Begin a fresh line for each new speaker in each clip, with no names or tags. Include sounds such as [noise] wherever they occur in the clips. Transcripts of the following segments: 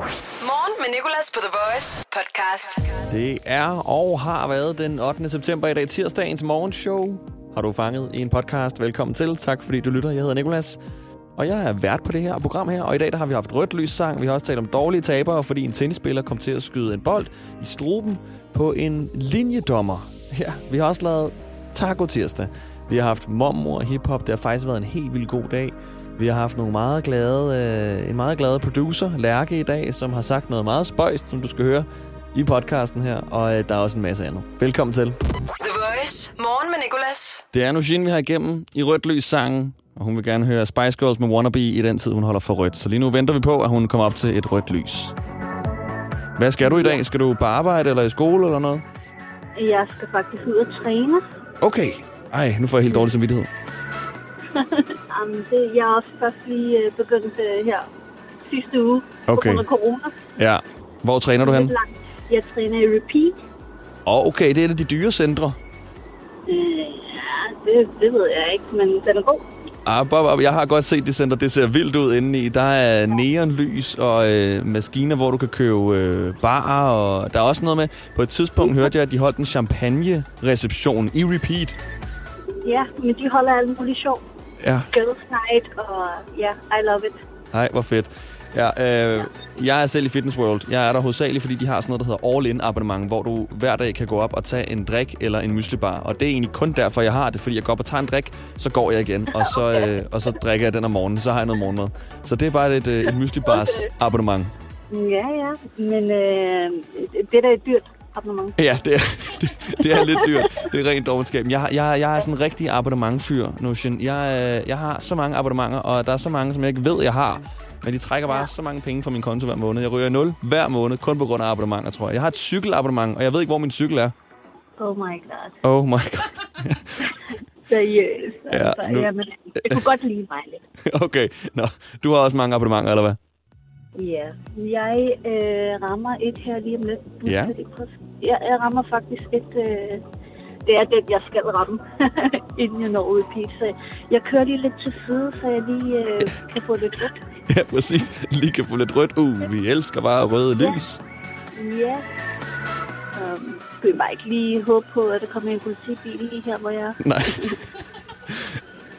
Morgen med Nicolas på The Voice podcast.
Det er og har været den 8. september i dag, tirsdagens morgenshow. Har du fanget en podcast? Velkommen til. Tak fordi du lytter. Jeg hedder Nikolas. Og jeg er vært på det her program her, og i dag der har vi haft rødt lys sang. Vi har også talt om dårlige tabere, fordi en tennisspiller kom til at skyde en bold i struben på en linjedommer. Ja, vi har også lavet Taco Tirsdag. Vi har haft mormor og hiphop. Det har faktisk været en helt vild god dag. Vi har haft nogle meget glade, øh, en meget glad producer, Lærke, i dag, som har sagt noget meget spøjst, som du skal høre i podcasten her. Og øh, der er også en masse andet. Velkommen til.
The Voice. Morgen med Nicolas.
Det er nu Jean, vi har igennem i rødt lys sangen, og hun vil gerne høre Spice Girls med Wannabe i den tid, hun holder for rødt. Så lige nu venter vi på, at hun kommer op til et rødt lys. Hvad skal du i dag? Skal du på arbejde eller i skole eller noget?
Jeg skal faktisk ud og træne.
Okay. Ej, nu får jeg helt dårlig samvittighed.
Jamen, det, jeg er også først lige øh, begyndt øh, her sidste uge på
Okay.
grund af corona.
Ja. Hvor træner du
Lidt
hen?
langt. Jeg træner i repeat.
Åh, oh, okay, det er et af de dyre centre.
Øh, ja, det, det ved jeg ikke, men den er god.
Ah, Bob, Bob, jeg har godt set det center. Det ser vildt ud indeni. Der er neonlys og øh, maskiner, hvor du kan købe øh, barer. Og der er også noget med, på et tidspunkt hørte jeg, at de holdt en champagne-reception i repeat.
Ja, men de holder alt muligt sjov.
Ja.
Girls night, og ja, I love it.
Nej, hvor fedt. Ja, øh, jeg er selv i Fitness World. Jeg er der hovedsageligt, fordi de har sådan noget, der hedder all-in abonnement, hvor du hver dag kan gå op og tage en drik eller en myslibar. Og det er egentlig kun derfor, jeg har det, fordi jeg går op og tager en drik, så går jeg igen, og så, øh, og så drikker jeg den om morgenen, så har jeg noget morgenmad. Så det er bare et, øh, et myslibars abonnement.
Ja, ja, men øh, det, det der er dyrt abonnement.
Ja, det er, [laughs] det, det er lidt dyrt. Det er rent dogenskab. Men Jeg, har- jeg, jeg er sådan en rigtig abonnementfyr, Nushin. Jeg, øh, jeg har så mange abonnementer, og der er så mange, som jeg ikke ved, jeg har. Men de trækker bare så mange penge fra min konto hver måned. Jeg ryger i nul hver måned, kun på grund af abonnementer, tror jeg. Jeg har et cykelabonnement, og jeg ved ikke, hvor min cykel er.
Oh my god.
Oh my god. [laughs]
Seriøst.
Ja,
altså,
nu-
jamen, det kunne godt lide mig lidt.
Okay, nå. Du har også mange abonnementer, eller hvad? [laughs]
Ja, jeg øh, rammer et her lige om lidt. Nu
Ja.
skal det passe. Jeg, jeg rammer faktisk et... Øh, det er den, jeg skal ramme, [laughs] inden jeg når ud i pizza. Jeg kører lige lidt til side, så jeg lige øh, kan få lidt rødt.
Ja, præcis. Lige kan få lidt rødt. Uh, vi elsker bare røde lys.
Ja. Um, skal vi bare ikke lige håbe på, at der kommer en politibil lige her, hvor jeg er?
Nej.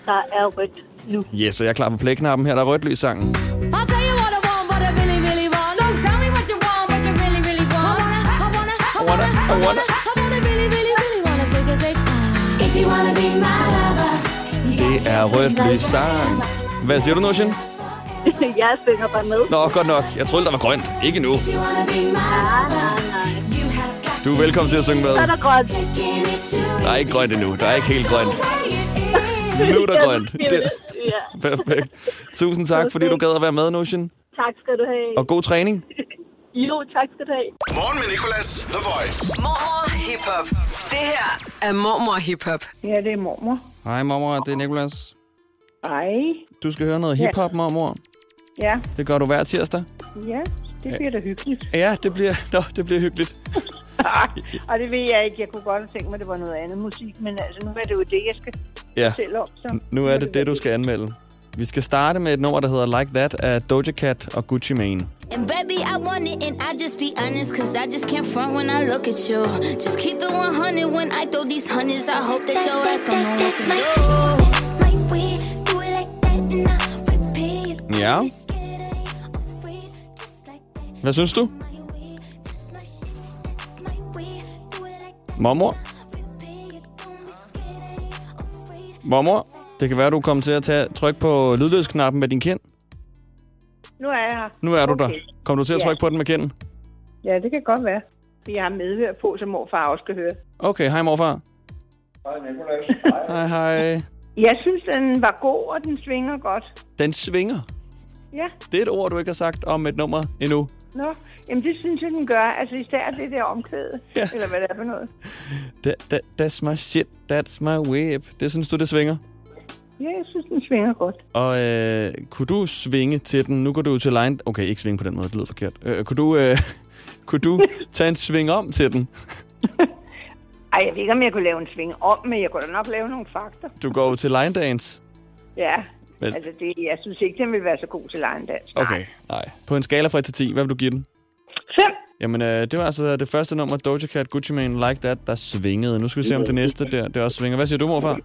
Der er rødt nu. [laughs]
Yes, så jeg er klar på playknappen her. Der er rødt lys sangen.
I'll tell you what I want, what I really, really want. So tell me what you want, what you really, really want. I wanna, I wanna, I wanna, I wanna, really, really, really wanna say, say, ah. If you wanna be my lover, you gotta
Det er rødt lys sang. Hvad siger du, Nushin?
jeg synger bare med.
Nå, godt nok. Jeg troede, der var grønt. Ikke nu.
If you wanna be my
Nej,
lover,
nej, nej.
you have got
Du er velkommen til at synge med.
øh, Så er der grønt.
Taking is too
Der er ikke grønt endnu. Der er ikke helt grønt. Nu er
[laughs]
[laughs]
der grønt. Det er
Ja.
[laughs] perfekt. Tusind tak, fordi du gad at være med, Nushin.
Tak skal du have.
Og god træning.
Jo, tak skal du have.
Morgen med Nicolas, The Voice.
Mormor Hip Hop. Det her er Mormor Hip Hop.
Ja, det er mormor.
Hej, mormor. Det er Nikolas.
Ej,
Du skal høre noget hiphop, mormor.
ja,
Det gør du hver tirsdag.
ja, det bliver da hyggeligt.
Ja, det bliver, nå, det bliver hyggeligt.
Ej, og det ved jeg ikke. Jeg kunne godt have tænkt mig, at det var noget andet musik, men altså, nu er det jo det, jeg skal
Ja,
fortælle om. Så.
nu er det det, du skal anmelde. Vi skal starte med et nummer, der hedder Like That af Doja Cat og Gucci Mane.
And baby, I want it, and I just be honest, cause I just can't front when I look at you. Just keep it 100 when I throw these hundreds. I hope that your ass gon' know what to
Ja. Hvad synes du? Mormor? Mormor? Det kan være, du kommer til at tage tryk på lydløsknappen med din kind.
Nu er jeg her.
Nu er du der.
Okay.
Kommer du til at
Ja.
trykke på den med kinden?
Ja, det kan godt være. For jeg har medhør på, som morfar også skal høre.
Okay, hej morfar. Hej Nicolas. Hej hej.
Jeg synes, den var god, og den svinger godt.
Den svinger.
Ja,
Det er et ord, du ikke har sagt om et nummer endnu.
nå. Jamen, det synes jeg, den gør. Altså, især det der omkvæde.
Ja.
Eller hvad det er for noget.
Da, da, that's my shit, that's my whip. Det synes du, det svinger?
Ja, jeg synes, den svinger godt.
Og øh, kunne du svinge til den? Nu går du til line... Okay, ikke svinge på den måde, det lyder forkert. Øh, kunne, du, øh, [laughs] kunne du tage en sving om til den?
Ej, jeg ved ikke, om jeg kunne lave en sving om, men jeg kunne da nok lave nogle fakter.
Du går jo til line dance.
Ja,
Men-
Altså, det, jeg synes ikke, den vil være så god til lejendans.
Okay.
Nej. På en skala fra 1 til 10, hvad vil du give den?
Fem.
Jamen, øh, det var altså det første nummer, Doja Cat, Gucci Mane, Like That, der svingede. Nu skal vi se, om det næste der, det også svinger. Hvad siger du, morfar?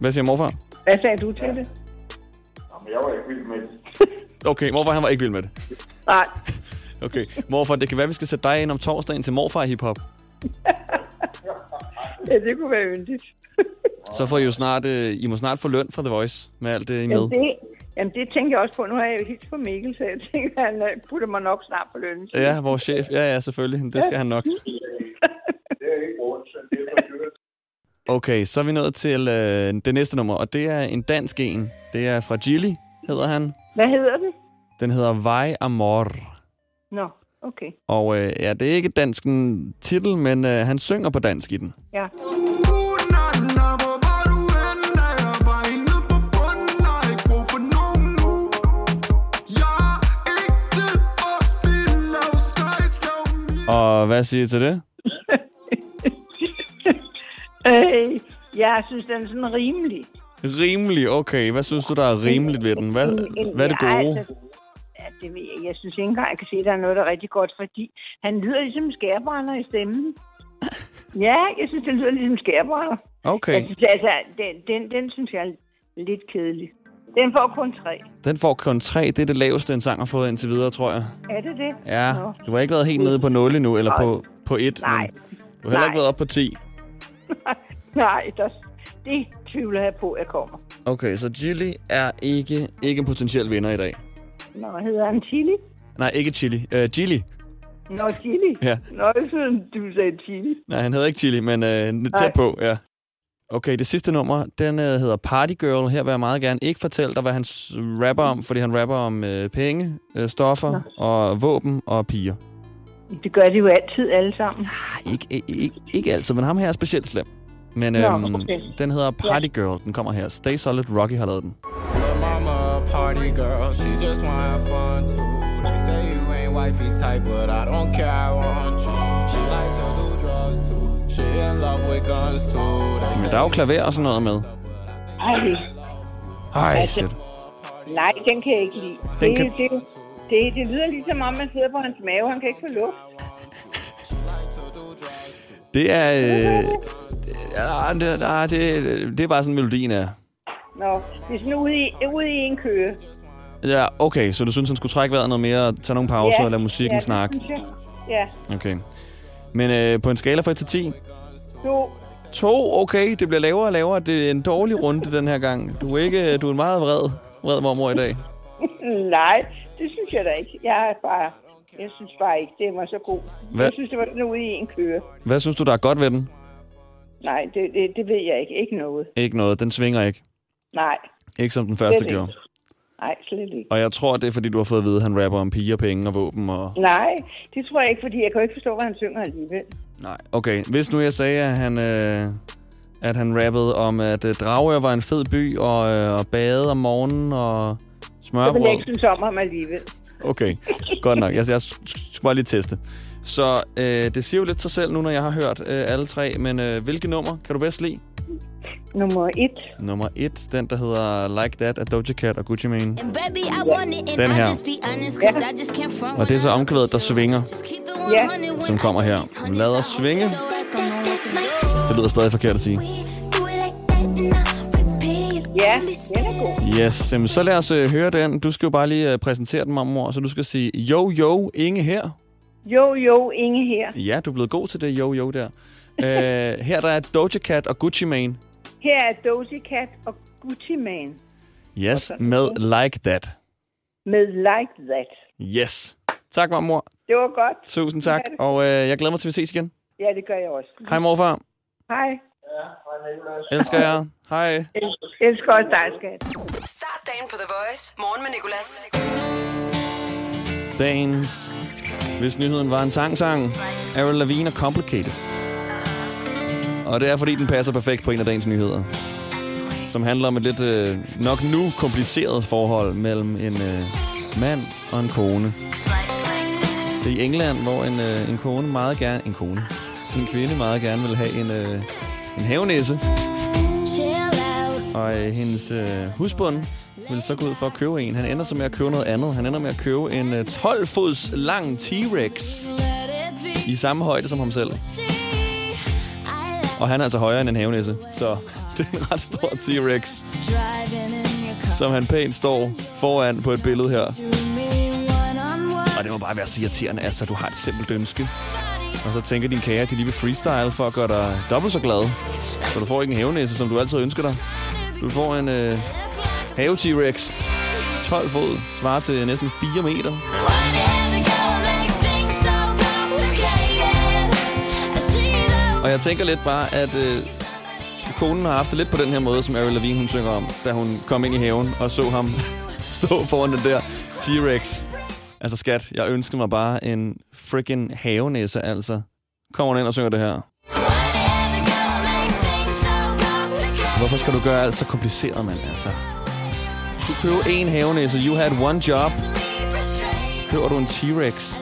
Hvad siger morfar?
Hvad sagde du til det?
Okay, morfar han var ikke vild med det.
Nej.
Okay, morfar, det kan være, vi skal sætte dig ind om torsdagen til morfar hiphop.
Ja, det kunne være yndigt.
Så får I jo snart, øh, I må snart få løn fra The Voice med alt det, I er
Jamen
med.
det, jamen, det tænker jeg også på. Nu har jeg jo hilst på Mikkel, så jeg tænker, han øh, putter mig nok snart på lønnen.
Ja, vores chef. Ja, ja, selvfølgelig. Det skal han nok. Okay, så er vi nået til øh, det næste nummer, og det er en dansk en. Det er fra Gilly, hedder han.
Hvad hedder det?
Den hedder Vej Amor.
Nå, okay.
Og øh, ja, det er ikke dansken titel, men øh, han synger på dansk i den.
Ja. [laughs]
Og hvad siger I til det?
Øh, jeg synes, den er sådan rimelig.
Rimelig, okay. Hvad synes du, der er rimeligt ved den? Hvad, hvad er det
Ja,
gode?
altså, ja, det ved jeg. jeg synes ikke engang, jeg kan se, at der er noget, der er rigtig godt, fordi han lyder ligesom en skærbrænder i
[laughs]
stemmen. Ja, jeg synes, det lyder ligesom en skærbrænder. Jeg
Okay,
synes, altså, den, den, den synes jeg er lidt kedelig. Den får kun tre.
den får kun 3. Det er det laveste, en sang har fået indtil videre, tror jeg.
Er det det?
Ja,
Nå.
du har ikke været helt nede på 0 endnu, eller
Nej.
på, på 1.
Nej.
Men du har heller ikke
Nej.
været op på 10.
[laughs] Nej, der, det tvivler jeg på, at jeg kommer.
Okay, så Gilly er ikke, ikke en potentiel vinder i dag.
Nå, hedder han Chili?
Nej, ikke Chili. Øh, Gilly.
Nå, Chili?
Ja.
Nå, jeg synes, du sagde Chili.
Nej, han hedder ikke Chili, men øh, lidt tæt på, ja. Okay, det sidste nummer, den øh, hedder Party Girl. Her vil jeg meget gerne ikke fortælle dig, hvad han s- rapper om, fordi han rapper om øh, penge, øh, stoffer og våben og piger.
Det gør de jo altid alle sammen.
Nej, ikke, ikke, ikke, ikke altid, men ham her er specielt slem. Men
Nå,
øhm,
okay.
den hedder Party Girl. Den kommer her. Stay Solid Rocky har lavet den.
Your mama a party girl, she just wanna have fun too. They say you ain't wifey type, but I don't care, I want you. She like to do drugs too, she in love with guns too. They
Men
say
der er jo klaver og sådan noget med.
Ej,
Ej, shit.
nej, den kan jeg ikke lide.
Den
Det,
kan-
kan... det, det, det lyder ligesom om, man sidder på hans mave. Han kan ikke få luft.
Det er... Øh, ja, det, nej, det, det er bare sådan, melodien er.
Nå, det er sådan ude i, ude i en kø.
Ja, okay, så du synes, han skulle trække vejret noget mere, tage nogle pauser og lade musikken
det
snakke?
synes jeg. Ja,
Okay. Men øh, på en skala fra 1 til 10?
du,
2, okay, det bliver lavere og lavere. Det er en dårlig runde den her gang. Du er, ikke, du er en meget vred, vred mormor i dag.
nej, det synes jeg da ikke. Jeg er bare... Jeg synes bare ikke, det var så god.
Hvad?
Jeg synes, det var sådan ude i en kø.
Hvad synes du, der er godt ved den?
Nej, det, det, det ved jeg ikke. Ikke noget.
Ikke noget, den svinger ikke.
Nej,
Ikke som den første
ikke.
Altså, gjorde.
nej, slet ikke.
Og jeg tror, det er, fordi du har fået at vide, at han rapper om piger, penge og våben og...
Nej, det tror jeg ikke, fordi jeg kan jo ikke forstå, hvad han synger alligevel.
Nej. Okay, hvis nu jeg sagde, at han, øh, at han rappede om, at øh, Dragør var en fed by, og, øh, og bade om morgenen, og
Jeg vil jeg
smørbrød...
ikke synes om ham alligevel.
Okay, godt nok. Jeg, jeg skal bare lige teste. Så øh, det siger jo lidt sig selv nu, når jeg har hørt øh, alle tre, men øh, hvilke nummer kan du bedst lide?
Nummer et.
Nummer et, den der hedder Like That af Doja Cat og Gucci Mane.
And baby, I want it, and
Den her.
I'll just be honest, cause I just can't front
Og det er så omkvædet, der svinger,
Ja.
som kommer her. Lad os svinge. Det lyder stadig forkert at sige.
Ja, den er god.
Yes, jamen, så lad os øh, høre den. Du skal jo bare lige øh, præsentere den, mormor, så du skal sige jo, jo, Inge her.
Jo, jo, Inge her.
Ja, du er blevet god til det jo, [laughs] jo der. øh, her der er Doja Cat og Gucci Mane.
Her er Dozy Cat og Gucci Man
Yes, med Like That.
med Like That.
Yes. Tak, mormor.
Det var godt.
Tusind tak, og øh, jeg glæder mig til, at vi ses igen.
Ja, det gør jeg også.
Hej, morfar.
Hej.
Elsker jer. Hej.
Elsker også dig, skat.
Start dagen på The Voice. Morgen med Nicolas.
Dagens. Hvis nyheden var en sang-sang. Avril Lavigne og Complicated. Og det er, fordi den passer perfekt på en af dagens nyheder. Som handler om et lidt øh, nok nu kompliceret forhold mellem en øh, mand og en kone. Det er i England, hvor en, øh, en kone meget gerne... En kone? En kvinde meget gerne vil have en, øh, en havenæse. Og øh, hendes øh, husbund ville så gå ud for at købe en. Han ender så med at købe noget andet. Han ender med at købe en øh, 12-fods lang T-Rex
Let it be.
i samme højde som ham selv.
See, I like
Og han er altså højere end en havenisse, så [laughs] det er en ret stor T-Rex,
driving in your car.
som han pænt står foran på et billede her.
You and me one on one.
Og det må bare være så irriterende, altså du har et simpelt ønske. Og så tænker din kære, at de lige vil freestyle for at gøre dig dobbelt så glad. Så du får ikke en havenisse, som du altid ønsker dig. Du får en øh, have T-Rex. 12 fod, svarer til næsten 4 meter. Og jeg tænker lidt bare, at øh, konen har haft det lidt på den her måde, som Avril Lavigne hun synger om, da hun kom ind i haven og så ham [laughs] stå foran den der T-Rex. Altså skat, jeg ønsker mig bare en freaking havenæse, altså. Kommer hun ind og synger det her. Hvorfor skal du gøre alt så kompliceret, mand, altså? Du køber en havenæse, you had one job. Køber du en T-Rex?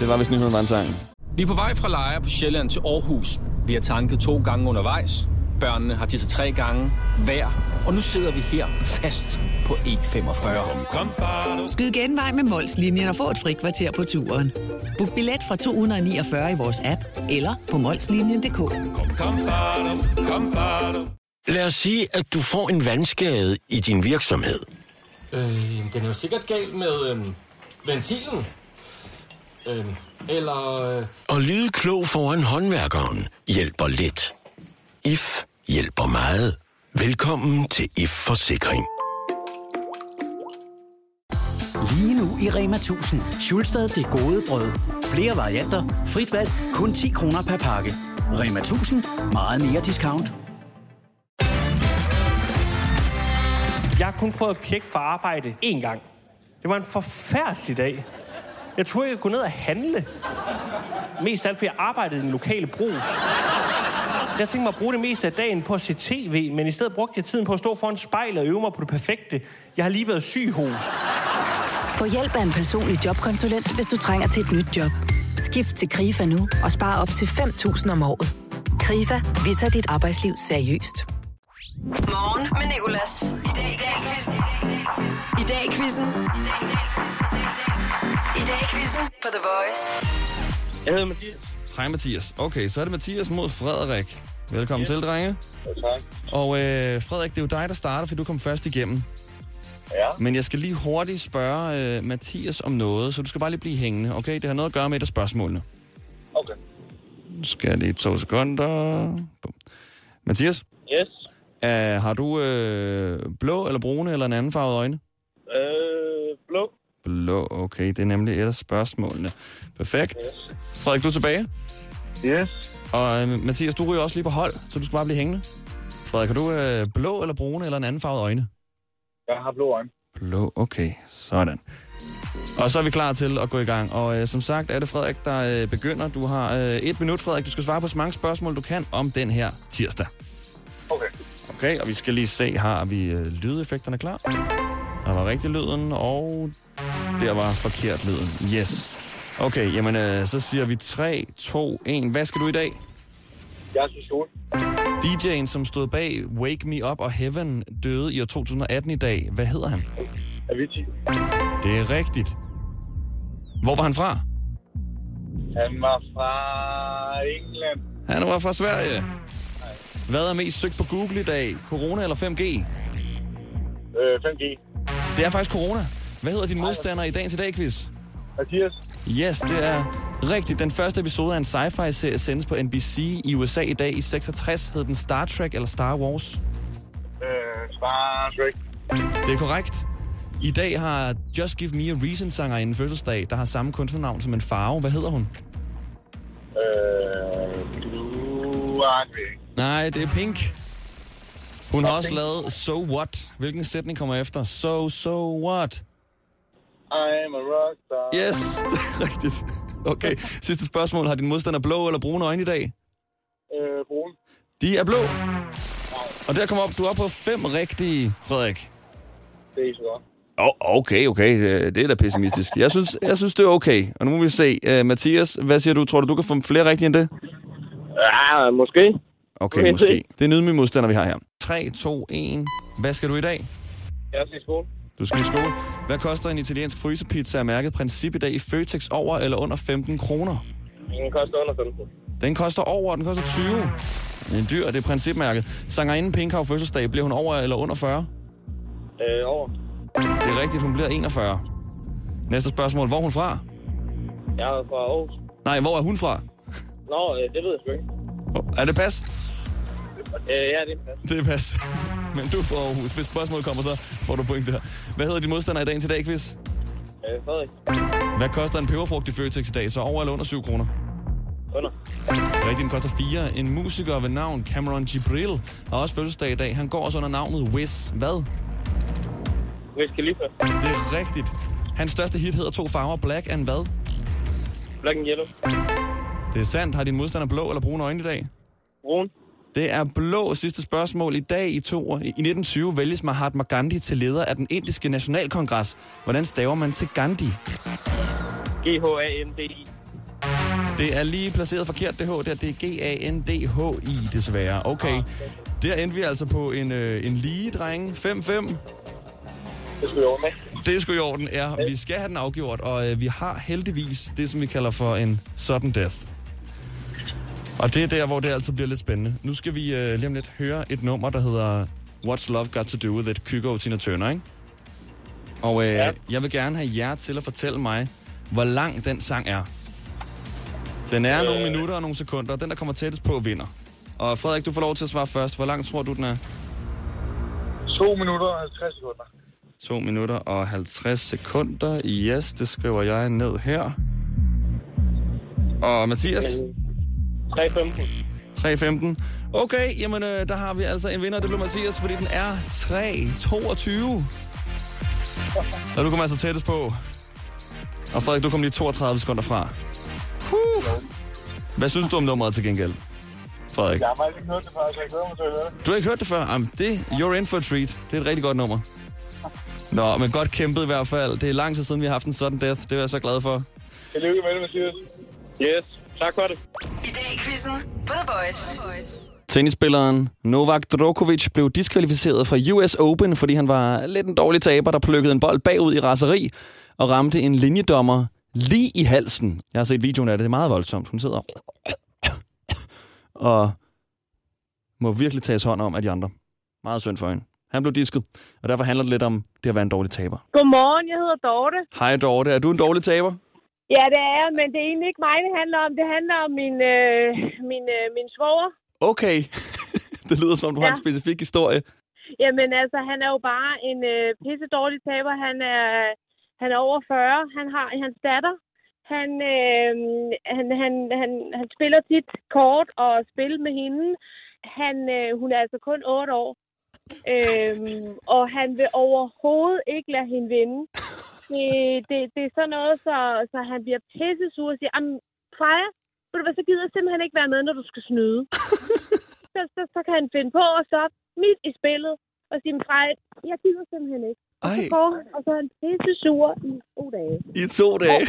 Det var, hvis nyheden var en sang.
Vi er på vej fra Lejre på Sjælland til Aarhus. Vi har tanket to gange undervejs. Børnene har tisset tre gange hver. Og nu sidder vi her fast på E45.
Skyd genvej med Molslinjen og få et frikvarter på turen. Book billet fra 249 i vores app eller på molslinjen.dk.
Lad os sige, at du får en vandskade i din virksomhed.
Øh, den er jo sikkert galt med øh, ventilen. Øh, eller... Øh,
Og lyde klog foran håndværkeren hjælper lidt. IF hjælper meget. Velkommen til IF Forsikring.
Lige nu i Rema 1000. Schulstad det gode brød. Flere varianter, frit valg, kun 10 kroner per pakke. Rema 1000. Meget mere discount.
Jeg har kun prøvet at pjekke for arbejde én gang. Det var en forfærdelig dag. Jeg tror jeg kunne ned og handle. Mest af alt, fordi jeg arbejdede i den lokale brus. Jeg tænkte mig at bruge det meste af dagen på at se tv, men i stedet brugte jeg tiden på at stå foran spejlet og øve mig på det perfekte. Jeg har lige været syg hos.
Få hjælp af en personlig jobkonsulent, hvis du trænger til et nyt job. Skift til KRIFA nu og spar op til 5.000 om året. KRIFA, vi tager dit arbejdsliv seriøst.
Morgen med Nicolas. I dag i dag quizzen. I dag i quizzen. I dag i dag quizzen. I dag i quizzen på The Voice.
Jeg hedder Mathias.
Hej Mathias. Okay, så er det Mathias mod Frederik. Velkommen yes. til, drenge.
Tak.
Og øh, Frederik, det er jo dig, der starter, for du kom først igennem.
Ja.
Men jeg skal lige hurtigt spørge øh, Mathias om noget, så du skal bare lige blive hængende, okay? Det har noget at gøre med et af spørgsmålene.
Okay.
Nu skal jeg lige to sekunder. Bum. Mathias,
Yes.
øh, har du øh, blå eller brune eller en anden farvet øjne?
Øh, blå.
Blå, okay. Det er nemlig et af spørgsmålene. Perfekt. Frederik, du er tilbage.
Yes.
Og øh, Mathias, du ryger også lige på hold, så du skal bare blive hængende. Frederik, har du øh, blå eller brune eller en anden farvet øjne?
Jeg har blå øjne.
Blå, okay. Sådan. Og så er vi klar til at gå i gang. Og øh, som sagt er det Frederik, der øh, begynder. Du har øh, et minut, Frederik. Du skal svare på så mange spørgsmål, du kan om den her tirsdag.
Okay.
Okay, og vi skal lige se, har vi øh, lydeffekterne klar? Der var rigtig lyden, og der var forkert lyden. Yes. Okay, jamen øh, så siger vi 3, 2, 1. Hvad skal du i dag?
Jeg er Sol.
DJ'en, som stod bag Wake Me Up og Heaven, døde i år 2018 i dag. Hvad hedder han?
Avicii.
Det er rigtigt. Hvor var han fra?
Han var fra England.
Han var fra Sverige. Hvad er mest søgt på Google i dag? Corona eller 5G?
Øh, 5G.
Det er faktisk corona. Hvad hedder din modstander i dagens i dag, quiz?
Mathias.
Yes, det er rigtigt. Den første episode af en sci-fi-serie sendes på NBC i USA i dag i 66. Hed den Star Trek eller Star Wars?
Øh, Star Trek.
Det er korrekt. I dag har Just Give Me a Reason sanger en fødselsdag, der har samme kunstnernavn som en farve. Hvad hedder hun?
Øh, du er en væg.
Nej, det er Pink. Hun har også lavet So What. Hvilken sætning kommer efter? So, so what?
I'm a rockstar.
Yes, [laughs] det er rigtigt. Okay, sidste spørgsmål. Har din modstander blå eller brune øjne i dag?
Øh, brun.
De er blå. Og der kommer op, du er op på fem rigtige, Frederik.
Det er så godt.
Oh, okay, okay. Øh, Det er da pessimistisk. Jeg synes, jeg synes det er okay. Og nu må vi se. Uh, Mathias, hvad siger du? Tror du, du kan få flere rigtige end det?
Ja, måske.
Okay,
Okay.
måske. Det er en ydmyg modstander, vi har her. 3, 2, 1. Hvad skal du i dag?
Jeg skal i skole.
Du skal i skole. Hvad koster en italiensk frysepizza af mærket Princip i dag i Føtex over eller under 15 kroner?
Den koster under 15.
Den koster over, og den koster 20. En dyr, det er principmærket. Sangerinde Pink har jo fødselsdag. Bliver hun over eller under 40?
Øh, over.
Det er rigtigt, hun bliver 41. Næste spørgsmål. Hvor er hun fra?
Jeg er fra Aarhus.
Nej, hvor er hun fra?
Nå, øh, det ved jeg sgu ikke.
Er det pas?
Øh, ja, det er fast.
Det er pas. [laughs] Men du får Aarhus. Hvis spørgsmålet kommer, så får du point der. Hvad hedder din modstander i dagen til dag, quiz?
Øh, Frederik.
Hvad koster en peberfrugt i Føtex i dag? Så over eller under 7 kroner?
Under.
Rigtigt, den koster 4. En musiker ved navn Cameron Gibril har også fødselsdag i dag. Han går også under navnet Wiz. Hvad?
Wiz Khalifa.
Det er rigtigt. Hans største hit hedder to farver, Black and hvad?
Black and Yellow.
Det er sandt. Har din modstander blå eller brune øjne i dag?
Brun.
Det er blå. Sidste spørgsmål. I dag i, to, i 1920 vælges Mahatma Gandhi til leder af den indiske nationalkongres. Hvordan staver man til Gandhi?
G-H-A-N-D-I.
Det er lige placeret forkert, det H der. Det er G-A-N-D-H-I, desværre. Okay. Der endte vi altså på en, øh, en lige, drenge. 5-5.
Det skulle jeg over med.
Det er sgu i orden, ja. Vi skal have den afgjort, og øh, vi har heldigvis det, som vi kalder for en sudden death. Og det er der, hvor det altså bliver lidt spændende. Nu skal vi øh, lige om lidt høre et nummer, der hedder What's Love Got To Do With It, Kygo og Tina Turner, ikke? Og øh, ja. jeg vil gerne have jer til at fortælle mig, hvor lang den sang er. Den er øh. nogle minutter og nogle sekunder, og den, der kommer tættest på, vinder. Og Frederik, du får lov til at svare først. Hvor lang tror du, den er?
2 minutter og 50 sekunder.
2 minutter og 50 sekunder. Yes, det skriver jeg ned her. Og Mathias?
3.15.
3.15. Okay, jamen øh, der har vi altså en vinder, det blev Mathias, fordi den er 3.22. Og du kommer altså tættest på. Og Frederik, du kom lige 32 sekunder fra. Huh. Hvad synes du om nummeret til gengæld, Frederik?
Jeg har faktisk ikke hørt det før, så jeg glæder mig til at høre det.
Du har ikke hørt det før? Jamen, det, you're in for a treat. Det er et rigtig godt nummer. Nå, men godt kæmpet i hvert fald. Det er lang tid siden, vi har haft en sådan death. Det er jeg så glad for.
Tillykke med det, Mathias. Yes, tak for det.
I dag i quizzen på The Voice.
Tennisspilleren Novak Djokovic blev diskvalificeret fra US Open, fordi han var lidt en dårlig taber, der plukkede en bold bagud i raseri og ramte en linjedommer lige i halsen. Jeg har set videoen af det. Det er meget voldsomt. Hun sidder og må virkelig tages hånd om af de andre. Meget synd for hende. Han blev disket, og derfor handler det lidt om det at være en dårlig taber.
Godmorgen, jeg hedder Dorte.
Hej Dorte, er du en dårlig taber?
Ja, det er jeg, men det er egentlig ikke mig, det handler om. Det handler om min, øh, min, øh, min svoger.
Okay. [laughs] det lyder som, om du ja. har en specifik historie.
Jamen altså, han er jo bare en øh, pisse dårlig taber. Han er, han er over 40. Han har hans datter. Han, øh, han, han, han, han spiller tit kort og spil med hende. Han, øh, hun er altså kun 8 år. Øhm, og han vil overhovedet ikke lade hende vinde. Det, det, det er sådan noget, så, så han bliver pissesur og siger, "Jamen, Freja, ved du hvad, så gider jeg simpelthen ikke være med, når du skal snyde. så, så, så kan han finde på og så midt i spillet og sige, "Men Freja, jeg gider simpelthen ikke. Og så,
Ej.
går, han, og så er han pissesur i to dage.
I to dage.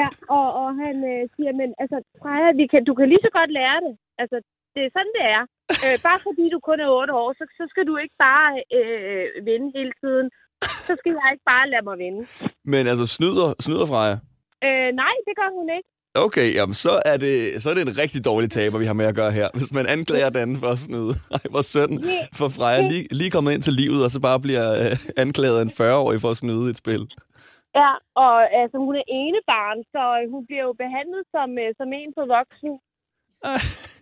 Ja, og, og han øh, siger, men altså, Freja, vi kan, du kan lige så godt lære det. Altså, det er sådan, det er. Øh, bare fordi du kun er 8 år, så, så skal du ikke bare øh, vinde hele tiden. Så skal jeg ikke bare lade mig vinde.
Men altså, snyder, snyder fra jer.
Øh, nej, det gør hun ikke.
Okay, jamen, så er, det, så er det en rigtig dårlig taber, vi har med at gøre her. Hvis man anklager den anden for at snyde. Ej, hvor synd for Freja. Lige, lige kommet ind til livet, og så bare bliver øh, anklaget af en 40-årig for at snyde i et spil.
Ja, og altså, hun er ene barn, så øh, hun bliver jo behandlet som, øh, som en på voksen.
[laughs]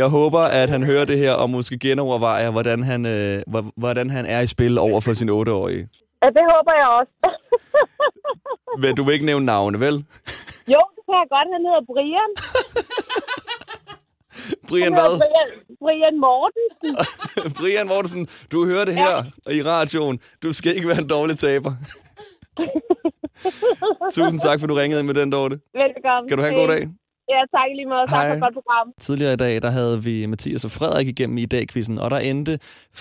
Jeg håber, at han hører det her, og måske genovervejer, hvordan han, øh, hvor- hvordan han er i spil over for sin 8-årige.
Ja, det håber jeg også.
[laughs] Men du vil ikke nævne navne, vel?
Jo, det kan jeg godt. Han hedder Brian.
Brian
Han
hvad?
hedder Brian, Brian Mortensen.
[laughs] Brian Mortensen, du hører det her i radioen. Du skal ikke være en dårlig
[laughs]
taber. Tusind tak, for du ringede ind med den, Dorte.
Velkommen.
Kan du have en god dag?
Ja, tak i lige måde. Tak
Hej.
for et godt program.
Tidligere i dag, der havde vi Mathias og Frederik igennem i dag quizzen, og der endte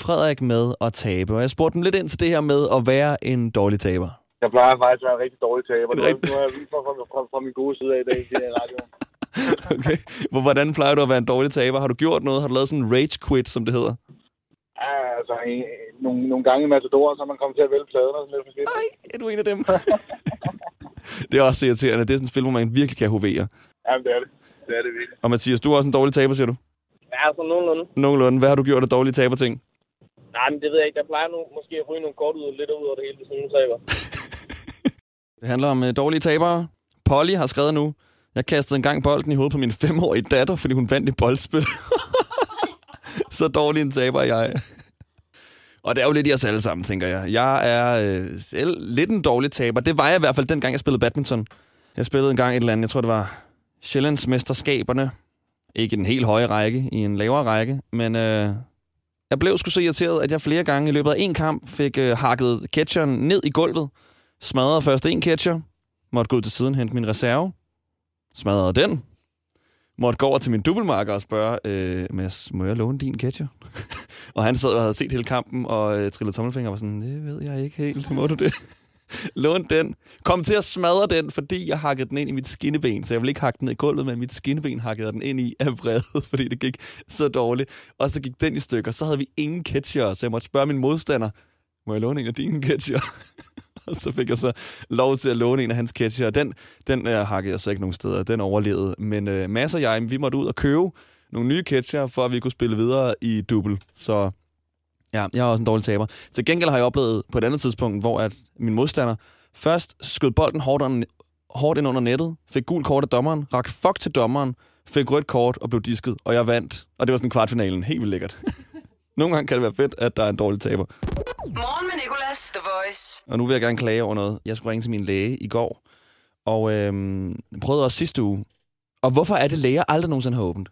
Frederik med at tabe. Og jeg spurgte dem lidt ind til det her med at være en dårlig taber.
Jeg plejer faktisk at være en rigtig dårlig taber. Nu nu har jeg vist mig fra, fra, fra min gode side af i dag i radioen.
Hvor- Hvordan plejer du at være en dårlig taber? Har du gjort noget? Har du lavet sådan en rage quit, som det hedder?
Ja,
altså, i, nogle, nogle gange i Matador, så er man kommet til at vælge pladerne sådan lidt forskelligt. Nej,
er du en af dem? Det er også irriterende. Det er sådan et spil, hvor man virkelig kan hovere.
Jamen, det er det. Det er det virkelig.
Og Mathias, du er også en dårlig taber, siger du?
Ja, sådan nogenlunde.
Nogenlunde. Hvad har du gjort af dårlige taberting?
Nej, men det ved jeg ikke. Der plejer nu måske at ryge nogle kort ud lidt ud over det hele, hvis nogen taber.
Det handler om øh, dårlige tabere. Polly har skrevet nu, jeg kastede engang bolden i hovedet på min femårige datter, fordi hun vandt i boldspil. [laughs] Så dårlig en taber er jeg. Og det er jo lidt i os alle sammen, tænker jeg. Jeg er øh, selv lidt en dårlig taber. Det var jeg i hvert fald, dengang jeg spillede badminton. Jeg spillede engang et eller andet, jeg tror det var Sjællandsmesterskaberne. Ikke i den helt høje række, i en lavere række. Men øh, jeg blev sgu så irriteret, at jeg flere gange i løbet af en kamp fik øh, hakket catcheren ned i gulvet. Smadrede først en catcher. Måtte gå ud til siden og hente min reserve. Smadrede den. Måtte gå over til min dubbelmarker og spørge, øh, Mads, må jeg låne din catcher? [laughs] og han sad og havde set hele kampen og øh, trillede tommelfinger og var sådan, det ved jeg ikke helt, må du det? [laughs] Lån den. Kom til at smadre den, fordi jeg hakkede den ind i mit skinneben. Så jeg ville ikke hakke den ned i gulvet, men mit skinneben hakkede jeg den ind i af vrede, [laughs] fordi det gik så dårligt. Og så gik den i stykker. Så havde vi ingen catcher, så jeg måtte spørge min modstander, må jeg låne en af dine catcher? og [laughs] så fik jeg så lov til at låne en af hans catcher. Og Den, den øh, hakkede jeg så ikke nogen steder. Den overlevede. Men øh, masser og jeg, vi måtte ud og købe nogle nye catcher, for at vi kunne spille videre i double. Så Ja, jeg er også en dårlig taber. Til gengæld har jeg oplevet på et andet tidspunkt, hvor at min modstander først skød bolden hårdt, under, hårdt ind under nettet, fik gul kort af dommeren, rak fuck til dommeren, fik rødt kort og blev disket, og jeg vandt. Og det var sådan kvartfinalen. Helt vildt lækkert. [laughs] Nogle gange kan det være fedt, at der er en dårlig taber.
Morgen med Nicolas, The Voice.
Og nu vil jeg gerne klage over noget. Jeg skulle ringe til min læge i går, og øhm, prøvede også sidste uge. Og hvorfor er det læger aldrig nogensinde har åbent?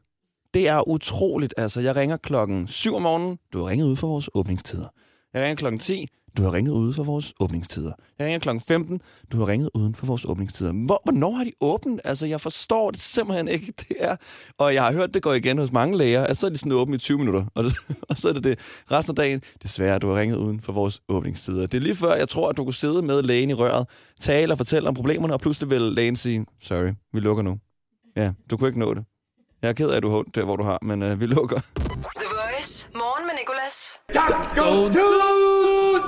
Det er utroligt, altså. Jeg ringer klokken 7 om morgenen. Du har ringet ud for vores åbningstider. Jeg ringer klokken 10. Du har ringet ude for vores åbningstider. Jeg ringer klokken 15. Du har ringet uden for vores åbningstider. Hvor, hvornår har de åbent? Altså, jeg forstår det simpelthen ikke. [laughs] Det er, og jeg har hørt, det går igen hos mange læger, at så er de sådan åbent i 20 minutter. Og, og så [laughs] er det det resten af dagen. Desværre, du har ringet uden for vores åbningstider. Det er lige før, jeg tror, at du kunne sidde med lægen i røret, tale og fortælle om problemerne, og pludselig vil lægen sige, sorry, vi lukker nu. Ja, du kunne ikke nå det. Jeg er ked af, at du har ondt der, hvor du har, men øh, vi lukker.
The Voice. Morgen med Nicolas.
Go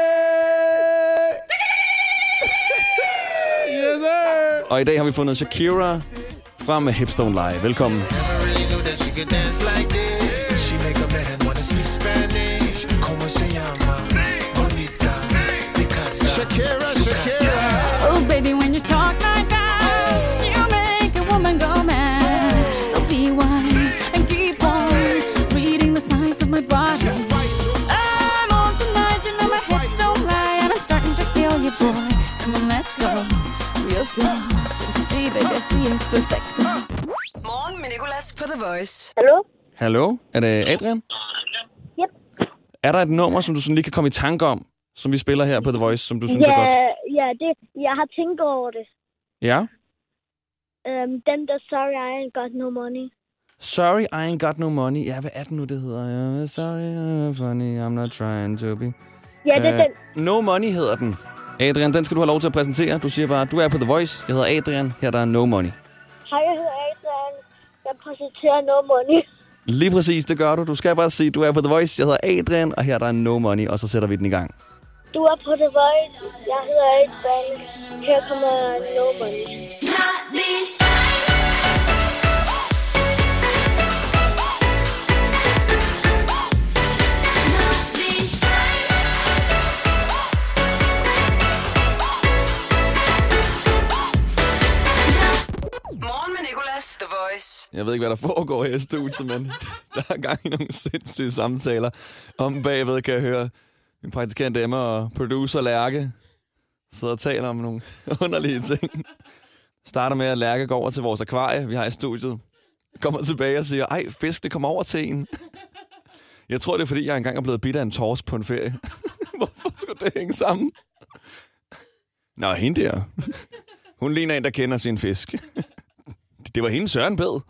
Tuesday! yes, sir!
Og i dag har vi fundet Shakira frem med Hipstone Live. Velkommen.
really knew that she could dance like this. She make a man wanna speak Spanish. Como se llama? Bonita. De casa. Shakira, Shakira.
Oh, baby, when you talk like that, you make a woman go mad. So be wise and keep on reading the signs of my body. I'm on tonight, you know my hips don't lie, and I'm starting to feel you, boy. Come on, let's go, real slow. Don't you see, baby, I see it's perfect.
Morgen med Nicolas på The Voice.
Hallo?
Hallo, er det Adrian?
Yep.
Er der et nummer, som du sådan lige kan komme i tanke om, som vi spiller her på The Voice, som du synes
ja,
er godt?
ja, det, jeg har tænkt over det.
Ja.
Øhm, den der Sorry, I ain't got no money.
Sorry, I ain't got no money. Ja, hvad er det nu, det hedder? Ja, sorry, I'm funny, I'm not trying to be.
Ja, det er
Øh, No Money hedder den. Adrian, den skal du have lov til at præsentere. Du siger bare, du er på The Voice. Jeg hedder Adrian. Her der er No Money.
Hej, jeg hedder Adrian. Jeg præsenterer No Money.
Lige præcis, det gør du. Du skal bare sige, du er på The Voice. Jeg hedder Adrian, og her der er No Money. Og så sætter vi den i gang.
Du er på The Voice. Jeg hedder Adrian. Her kommer No Money. Not this
Morgen med Nicolas, The Voice.
Jeg ved ikke, hvad der foregår her i studiet, men der er gang i nogle sindssyge samtaler. Om bagved kan jeg høre min praktikant Emma og producer Lærke sidder og taler om nogle [laughs] underlige ting. Starter med, at Lærke går over til vores akvarie, vi har i studiet. Kommer tilbage og siger, ej, fiskene kommer over til en. Jeg tror, det er, fordi jeg engang er blevet bidt af en torsk på en ferie. Hvorfor skulle det hænge sammen? Nå, hende der. Hun ligner en, der kender sin fisk. Det var hende Søren bed.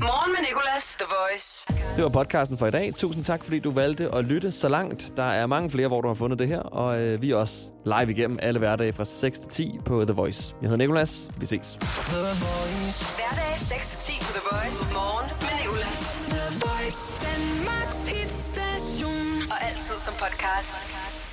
Morgen med Nicolas, The Voice.
Det var podcasten for i dag. Tusind tak, fordi du valgte at lytte så langt. Der er mange flere, hvor du har fundet det her, og øh, vi er også live igennem alle hverdage fra 6 til 10 på The Voice. Jeg hedder Nikolas. Vi ses.
Hverdag 6-10 på The Voice. Morgen med Nicolas. Voice, Danmarks hitstation. Og altid som podcast.